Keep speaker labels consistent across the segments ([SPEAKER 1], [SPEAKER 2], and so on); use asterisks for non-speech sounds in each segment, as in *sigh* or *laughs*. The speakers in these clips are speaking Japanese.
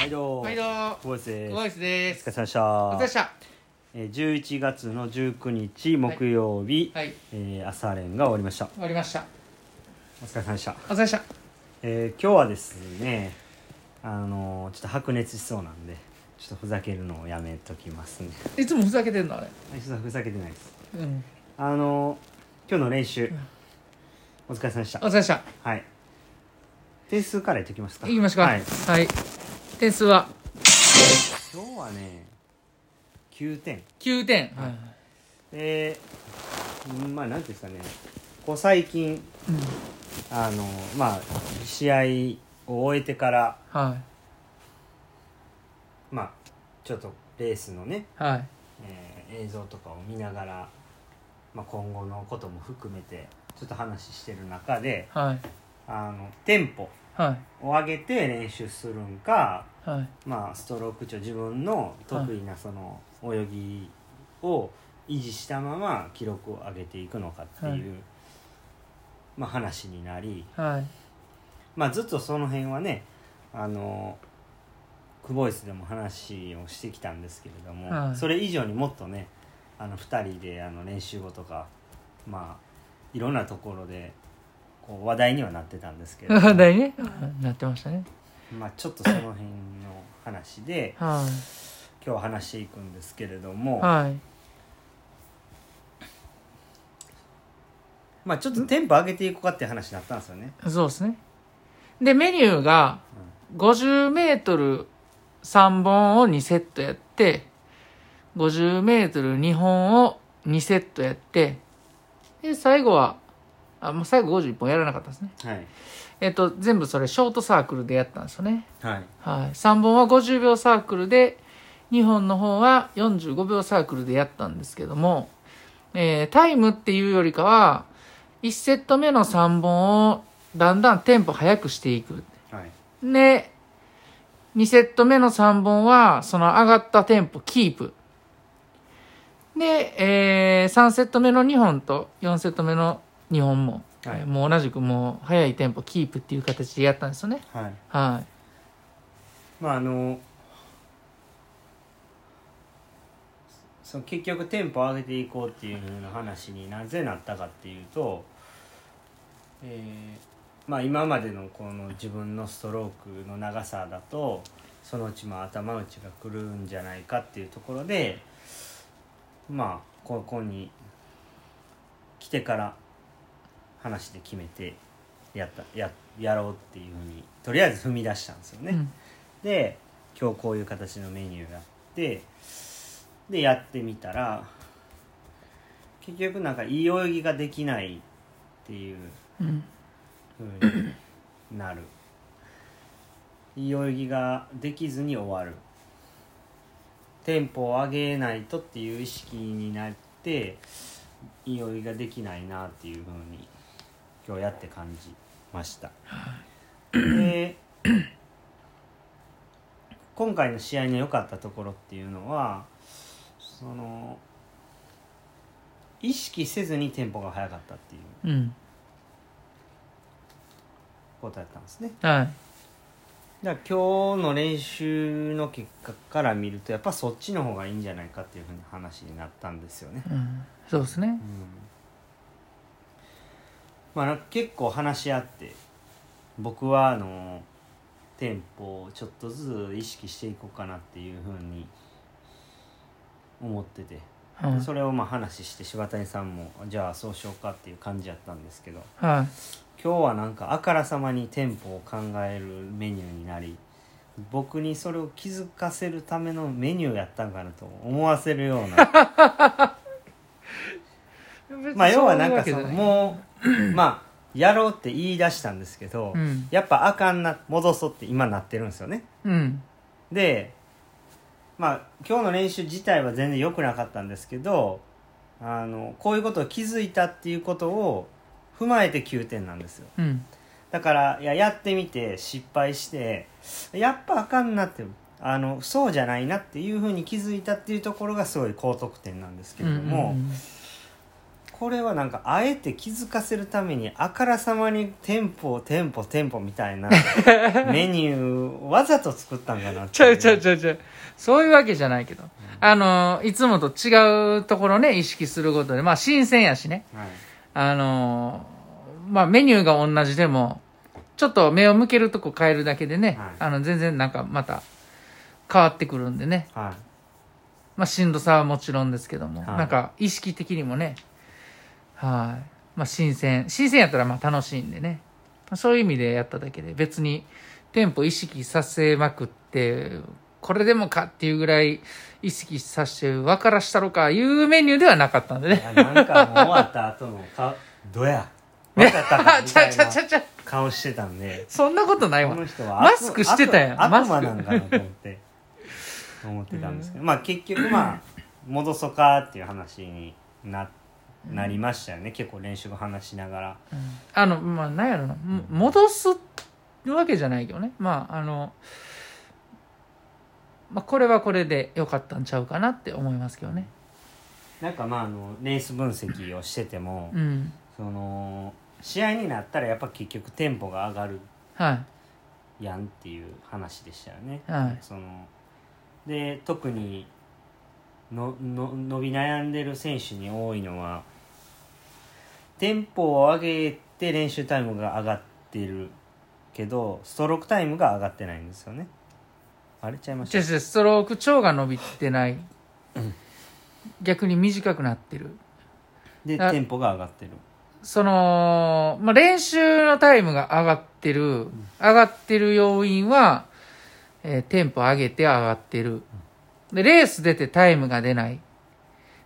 [SPEAKER 1] 毎度
[SPEAKER 2] 毎度
[SPEAKER 1] ボイスです
[SPEAKER 2] ボイスで
[SPEAKER 1] お疲れ様で
[SPEAKER 2] す
[SPEAKER 1] した
[SPEAKER 2] お疲れ様でした
[SPEAKER 1] えー11月の19日木曜日、
[SPEAKER 2] はい
[SPEAKER 1] えー朝練が終わりました
[SPEAKER 2] 終わりました
[SPEAKER 1] お疲れ様でした、
[SPEAKER 2] お疲れ様でした
[SPEAKER 1] えー今日はですねあのーちょっと白熱しそうなんでちょっとふざけるのをやめときますね
[SPEAKER 2] いつもふざけてんのあれ
[SPEAKER 1] あちょっとふざけてないです
[SPEAKER 2] うん
[SPEAKER 1] あのー今日の練習お疲れ様でした
[SPEAKER 2] お疲れ様でした
[SPEAKER 1] はい点数からいってきますか
[SPEAKER 2] いきましょうか
[SPEAKER 1] はい、
[SPEAKER 2] はい、点数は
[SPEAKER 1] 今日はね9点
[SPEAKER 2] 9点
[SPEAKER 1] は
[SPEAKER 2] はいい
[SPEAKER 1] えーうんまあなんていうんですかねこう最近
[SPEAKER 2] うん
[SPEAKER 1] あのまあ試合を終えてから
[SPEAKER 2] は
[SPEAKER 1] まあちょっとレースのね、
[SPEAKER 2] いはい
[SPEAKER 1] えー映像とかを見ながら、まあ、今後のことも含めてちょっと話してる中で
[SPEAKER 2] はい
[SPEAKER 1] あのテンポ
[SPEAKER 2] はい
[SPEAKER 1] を上げて練習するんか、
[SPEAKER 2] はい
[SPEAKER 1] まあ、ストローク長自分の得意なその泳ぎを維持したまま記録を上げていくのかっていう、
[SPEAKER 2] はい
[SPEAKER 1] まあ、話になり、
[SPEAKER 2] はい
[SPEAKER 1] まあ、ずっとその辺はねあのクボイスでも話をしてきたんですけれども、
[SPEAKER 2] はい
[SPEAKER 1] それ以上にもっとねあの2人であの練習後とか、まあ、いろんなところでこう話題にはなってたんですけれども
[SPEAKER 2] *laughs* 話題ねなってましたね
[SPEAKER 1] まあ、ちょっとその辺の話で
[SPEAKER 2] は
[SPEAKER 1] 今日話していくんですけれど
[SPEAKER 2] い
[SPEAKER 1] も、
[SPEAKER 2] はい
[SPEAKER 1] まあ、ちょっとテンポ上げていこうかっていう話になったんですよね。
[SPEAKER 2] そうですね。で、メニューが、50メートル3本を2セットやって、50メートル2本を2セットやって、で、最後は、あ、もう最後51本やらなかったですね。
[SPEAKER 1] はい、
[SPEAKER 2] えっと、全部それショートサークルでやったんですよね。
[SPEAKER 1] はい
[SPEAKER 2] はい。3本は50秒サークルで、2本の方は45秒サークルでやったんですけども、えータイムっていうよりかは、1セット目の3本をだんだんテンポ速くしていく。
[SPEAKER 1] はい
[SPEAKER 2] で、2セット目の3本は、その上がったテンポキープ。で、え3セット目の2本と4セット目の2本も、
[SPEAKER 1] はい
[SPEAKER 2] えーもう同じくもう速いテンポキープっていう形でやったんですよね。
[SPEAKER 1] はい
[SPEAKER 2] はい。
[SPEAKER 1] まああのその結局テンポ上げていこうっていう風な話になぜなったかっていうと、えーまあ、今までのこの自分のストロークの長さだとそのうちまあ頭打ちが来るんじゃないかっていうところでまあここに来てから話で決めてやったややろうっていうふうにとりあえず踏み出したんですよね。
[SPEAKER 2] うん
[SPEAKER 1] で今日こういう形のメニューがあってでやってみたら結局なんかいい泳ぎができないっていう
[SPEAKER 2] うん
[SPEAKER 1] 風になるいい泳ぎができずに終わるテンポを上げないとっていう意識になっていい泳ぎができないなっていう風に今日やって感じましたで今回の試合の良かったところっていうのはその意識せずにテンポが速かったっていう
[SPEAKER 2] うん
[SPEAKER 1] ことだったんですね
[SPEAKER 2] はい
[SPEAKER 1] だから今日の練習の結果から見るとやっぱそっちの方がいいんじゃないかっていうふうに話になったんですよね、
[SPEAKER 2] うんそうですね
[SPEAKER 1] まあ、なんか結構話し合って僕はあのテンポをちょっとずつ意識していこうかなっていうふうに思ってて、
[SPEAKER 2] はい
[SPEAKER 1] それをまあ話して柴谷さんもじゃあそうしようかっていう感じやったんですけど
[SPEAKER 2] はい
[SPEAKER 1] 今日はなんかあからさまにテンポを考えるメニューになり僕にそれを気づかせるためのメニューやったんかなと思わせるようなまあ要はなんかそのもうまあやろうって言い出したんですけど、
[SPEAKER 2] うん
[SPEAKER 1] やっぱあかんな戻そうって今なってるんですよね
[SPEAKER 2] うん
[SPEAKER 1] でまあ今日の練習自体は全然良くなかったんですけどあのこういうことを気づいたっていうことを踏まえて9点なんですよ
[SPEAKER 2] うん
[SPEAKER 1] だからいややってみて失敗してやっぱあかんなってあのそうじゃないなっていうふうに気づいたっていうところがすごい高得点なんですけ
[SPEAKER 2] う
[SPEAKER 1] れど
[SPEAKER 2] ん
[SPEAKER 1] も、これはなんかあえて気づかせるためにあからさまにテンポテンポテンポみたいなメニューわざと作ったんかな *laughs* って
[SPEAKER 2] ちゃうちゃうちゃうちゃう。そういうわけじゃないけど。あの、いつもと違うところね、意識することで。まあ、新鮮やしね。
[SPEAKER 1] はい
[SPEAKER 2] あの、まあ、メニューが同じでも、ちょっと目を向けるとこ変えるだけでね、
[SPEAKER 1] はい
[SPEAKER 2] あの、全然なんかまた変わってくるんでね。
[SPEAKER 1] は
[SPEAKER 2] まあ、しんどさはもちろんですけども、
[SPEAKER 1] はい
[SPEAKER 2] なんか意識的にもね、はい。まあ、新鮮。新鮮やったらまあ楽しいんでね。まあそういう意味でやっただけで、別にテンポ意識させまくって、これでもかっていうぐらい意識させて分からしたろかいうメニューではなかったんで
[SPEAKER 1] いい
[SPEAKER 2] ね。
[SPEAKER 1] やなんかもう終わった後の顔どやわかったか
[SPEAKER 2] あ、
[SPEAKER 1] み
[SPEAKER 2] *laughs* ち
[SPEAKER 1] た
[SPEAKER 2] ゃう
[SPEAKER 1] い
[SPEAKER 2] ちゃ
[SPEAKER 1] な
[SPEAKER 2] うちゃうちゃう。
[SPEAKER 1] 顔してたんで
[SPEAKER 2] そんなことない
[SPEAKER 1] こ
[SPEAKER 2] わ
[SPEAKER 1] の。人は悪
[SPEAKER 2] マスクしてたやん
[SPEAKER 1] 悪
[SPEAKER 2] マスク
[SPEAKER 1] 悪魔なんかなと思って思ってたんですけど、まあ結局まあ戻そうかっていう話にななりましたよね結構練習の話しながら
[SPEAKER 2] あの、まあ、なんやろな。も戻すわけじゃないけどね。まあ、あの、まあ、これはこれで良かったんちゃうかなって思いますけどね。
[SPEAKER 1] なんかまああのレース分析をしてても、
[SPEAKER 2] うん。
[SPEAKER 1] その試合になったらやっぱ結局テンポが上がる
[SPEAKER 2] はい。
[SPEAKER 1] やんっていう話でしたよね。
[SPEAKER 2] はい
[SPEAKER 1] そので特にのの伸び悩んでる選手に多いのはテンポを上げて練習タイムが上がってるけどストロークタイムが上がってないんですよね。あれちゃいまし
[SPEAKER 2] 違う
[SPEAKER 1] た
[SPEAKER 2] 違う、ストローク長が伸びてない。逆に短くなってる。
[SPEAKER 1] で
[SPEAKER 2] あ
[SPEAKER 1] テンポが上がってる。
[SPEAKER 2] その、まあ、練習のタイムが上がってる。上がってる要因は、えーテンポ上げて上がってる。で、レース出てタイムが出ない。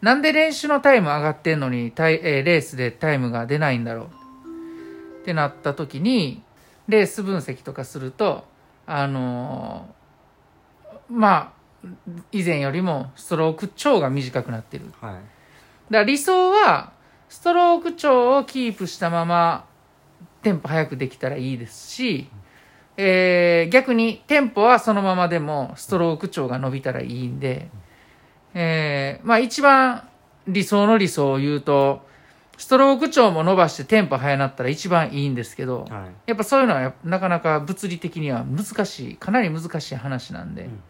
[SPEAKER 2] なんで練習のタイム上がってんのに、タイえーレースでタイムが出ないんだろう。ってなった時に、レース分析とかすると、あのーまあ、以前よりもストローク長が短くなってる。
[SPEAKER 1] はい
[SPEAKER 2] だから理想はストローク長をキープしたままテンポ早くできたらいいですし、えー逆にテンポはそのままでもストローク長が伸びたらいいんで、えーまあ一番理想の理想を言うとストローク長も伸ばしてテンポ早なったら一番いいんですけど、
[SPEAKER 1] はい
[SPEAKER 2] やっぱそういうのはやっぱなかなか物理的には難しいかなり難しい話なんで、
[SPEAKER 1] うん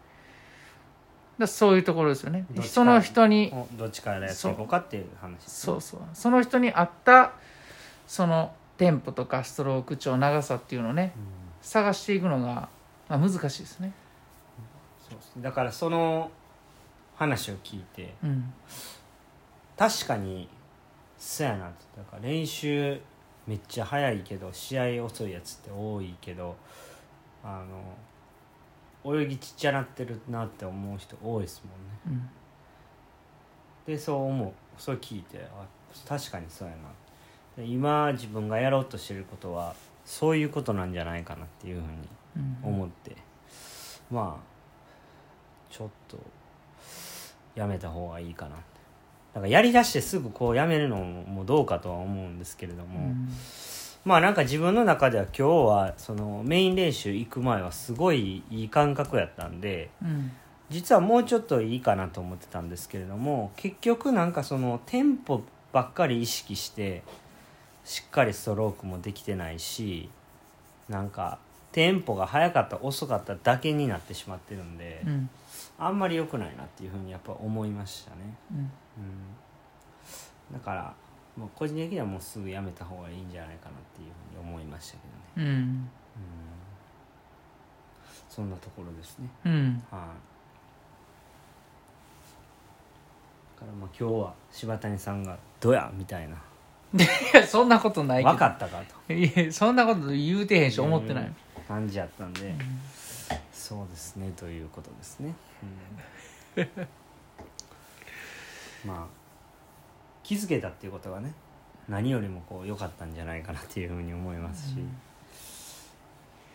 [SPEAKER 2] だからそういうところですよね
[SPEAKER 1] どっちか
[SPEAKER 2] 人の人に
[SPEAKER 1] おどっちからやっていこうかっていう話です
[SPEAKER 2] そうそうその人に合ったそのテンポとかストローク長長さっていうのをね
[SPEAKER 1] うん
[SPEAKER 2] 探していくのが、まあ、難しいですね
[SPEAKER 1] そうですねだからその話を聞いて
[SPEAKER 2] うん
[SPEAKER 1] 確かにそうやなってだから練習めっちゃ早いけど試合遅いやつって多いけどあの泳ぎちっちゃなってるなって思う人多いですもんね
[SPEAKER 2] うん
[SPEAKER 1] でそう思うそれ聞いてあ確かにそうやなで今自分がやろうとしてることはそういうことなんじゃないかなっていうふうに
[SPEAKER 2] うん
[SPEAKER 1] 思って、まあちょっとやめた方がいいかなってだからやりだしてすぐこうやめるのもどうかとは思うんですけれど
[SPEAKER 2] う
[SPEAKER 1] も、
[SPEAKER 2] ん
[SPEAKER 1] まあなんか自分の中では今日はそのメイン練習行く前はすごいいい感覚やったんで
[SPEAKER 2] うん
[SPEAKER 1] 実はもうちょっといいかなと思ってたんですけれども結局なんかそのテンポばっかり意識してしっかりストロークもできてないしなんかテンポが速かった遅かっただけになってしまってるんで、
[SPEAKER 2] うん
[SPEAKER 1] あんまり良くないなっていうふうにやっぱ思いましたね、
[SPEAKER 2] うん
[SPEAKER 1] うん、だからもう個人的にはもうすぐやめた方がいいんじゃないかなっていうふうに思いましたけどね、
[SPEAKER 2] うん
[SPEAKER 1] うん、そんなところですね
[SPEAKER 2] うん
[SPEAKER 1] はい。だからまあ今日は柴谷さんが「どや!」みたいな
[SPEAKER 2] いやそんなことな
[SPEAKER 1] 「
[SPEAKER 2] いけど
[SPEAKER 1] 分かったか」と
[SPEAKER 2] いやそんなこと言うてへんし思ってない、
[SPEAKER 1] うん感じやったんで、そうですねということですね、
[SPEAKER 2] *laughs*
[SPEAKER 1] うんまあ気づけたっていうことがね何よりもこう良かったんじゃないかなっていうふうに思いますし、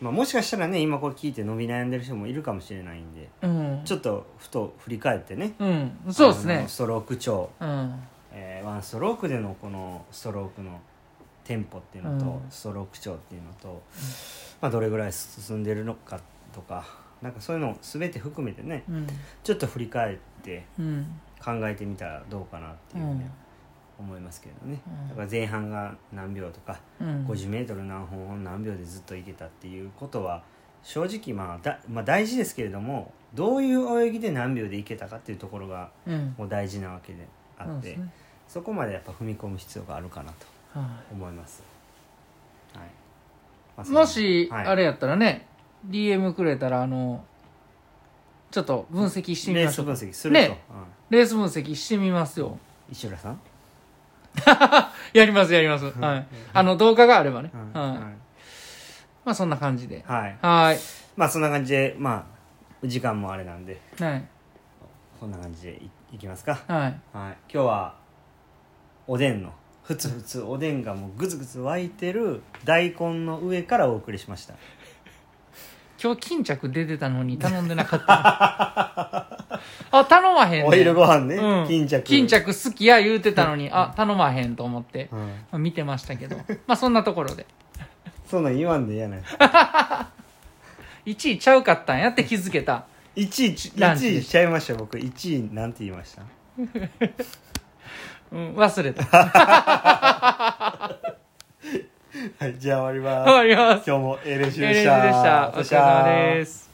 [SPEAKER 1] まあ、もしかしたらね今これ聞いて伸び悩んでる人もいるかもしれないんで
[SPEAKER 2] うん
[SPEAKER 1] ちょっとふと振り返ってね
[SPEAKER 2] うんそうです
[SPEAKER 1] あ
[SPEAKER 2] ね
[SPEAKER 1] のストローク長
[SPEAKER 2] うん
[SPEAKER 1] えーワンストロークでのこのストロークのテンポっていうのと、
[SPEAKER 2] うん
[SPEAKER 1] ストローク長っていうのと、まあ、どれぐらい進んでるのかとかなんかそういうのを全て含めてね
[SPEAKER 2] うん
[SPEAKER 1] ちょっと振り返って
[SPEAKER 2] うん
[SPEAKER 1] 考えてみたらどうかなっていうね、
[SPEAKER 2] うん
[SPEAKER 1] 思いますけどね
[SPEAKER 2] うん
[SPEAKER 1] だから前半が何秒とか
[SPEAKER 2] うん、
[SPEAKER 1] 50m 何本を何秒でずっといけたっていうことは正直まあだ、まあ、大事ですけれどもどういう泳ぎで何秒でいけたかっていうところが
[SPEAKER 2] うん、
[SPEAKER 1] もう大事なわけであ
[SPEAKER 2] そう
[SPEAKER 1] っ
[SPEAKER 2] で
[SPEAKER 1] て
[SPEAKER 2] すね
[SPEAKER 1] そこまでやっぱ踏み込む必要があるかなと
[SPEAKER 2] は
[SPEAKER 1] 思います、はいまあ
[SPEAKER 2] いもし、
[SPEAKER 1] はい
[SPEAKER 2] あれやったらね DM くれたらあのちょっと分析してみ
[SPEAKER 1] レー
[SPEAKER 2] まし
[SPEAKER 1] ス
[SPEAKER 2] ょう
[SPEAKER 1] 分
[SPEAKER 2] レー
[SPEAKER 1] 析すると、
[SPEAKER 2] ねス分析してみますよ
[SPEAKER 1] うん石浦さん、
[SPEAKER 2] やりますやりますはいあの動画があればね、
[SPEAKER 1] うん
[SPEAKER 2] はいまあそんな感じで
[SPEAKER 1] はいはい
[SPEAKER 2] はい
[SPEAKER 1] まあそんな感じでまあ時間もあれなんで
[SPEAKER 2] はい
[SPEAKER 1] こんな感じでいいきますか
[SPEAKER 2] はい
[SPEAKER 1] はい、今日はおでんのふつふつおでんがもうぐつぐつ湧いてる大根の上からお送りしました
[SPEAKER 2] 今日巾着出てたのに頼んで
[SPEAKER 1] *laughs*
[SPEAKER 2] なかったあ頼まへんね
[SPEAKER 1] オイルご飯ね、
[SPEAKER 2] うん
[SPEAKER 1] 巾着
[SPEAKER 2] 巾、着好きや言うてたのにあ頼まへんと思って、
[SPEAKER 1] うん、
[SPEAKER 2] まあ見てましたけどまあそんなところで
[SPEAKER 1] そんなん言わんで嫌なや
[SPEAKER 2] 1位ちゃうかったんやって気づけた
[SPEAKER 1] 1位
[SPEAKER 2] ランチ
[SPEAKER 1] 1位しちゃいました僕1位なんて言いました
[SPEAKER 2] うん忘れた
[SPEAKER 1] はいじゃあ終わり
[SPEAKER 2] 終
[SPEAKER 1] ま
[SPEAKER 2] わります
[SPEAKER 1] す今日も LC で
[SPEAKER 2] エレ
[SPEAKER 1] し
[SPEAKER 2] ジ
[SPEAKER 1] た
[SPEAKER 2] でしたお疲れ様です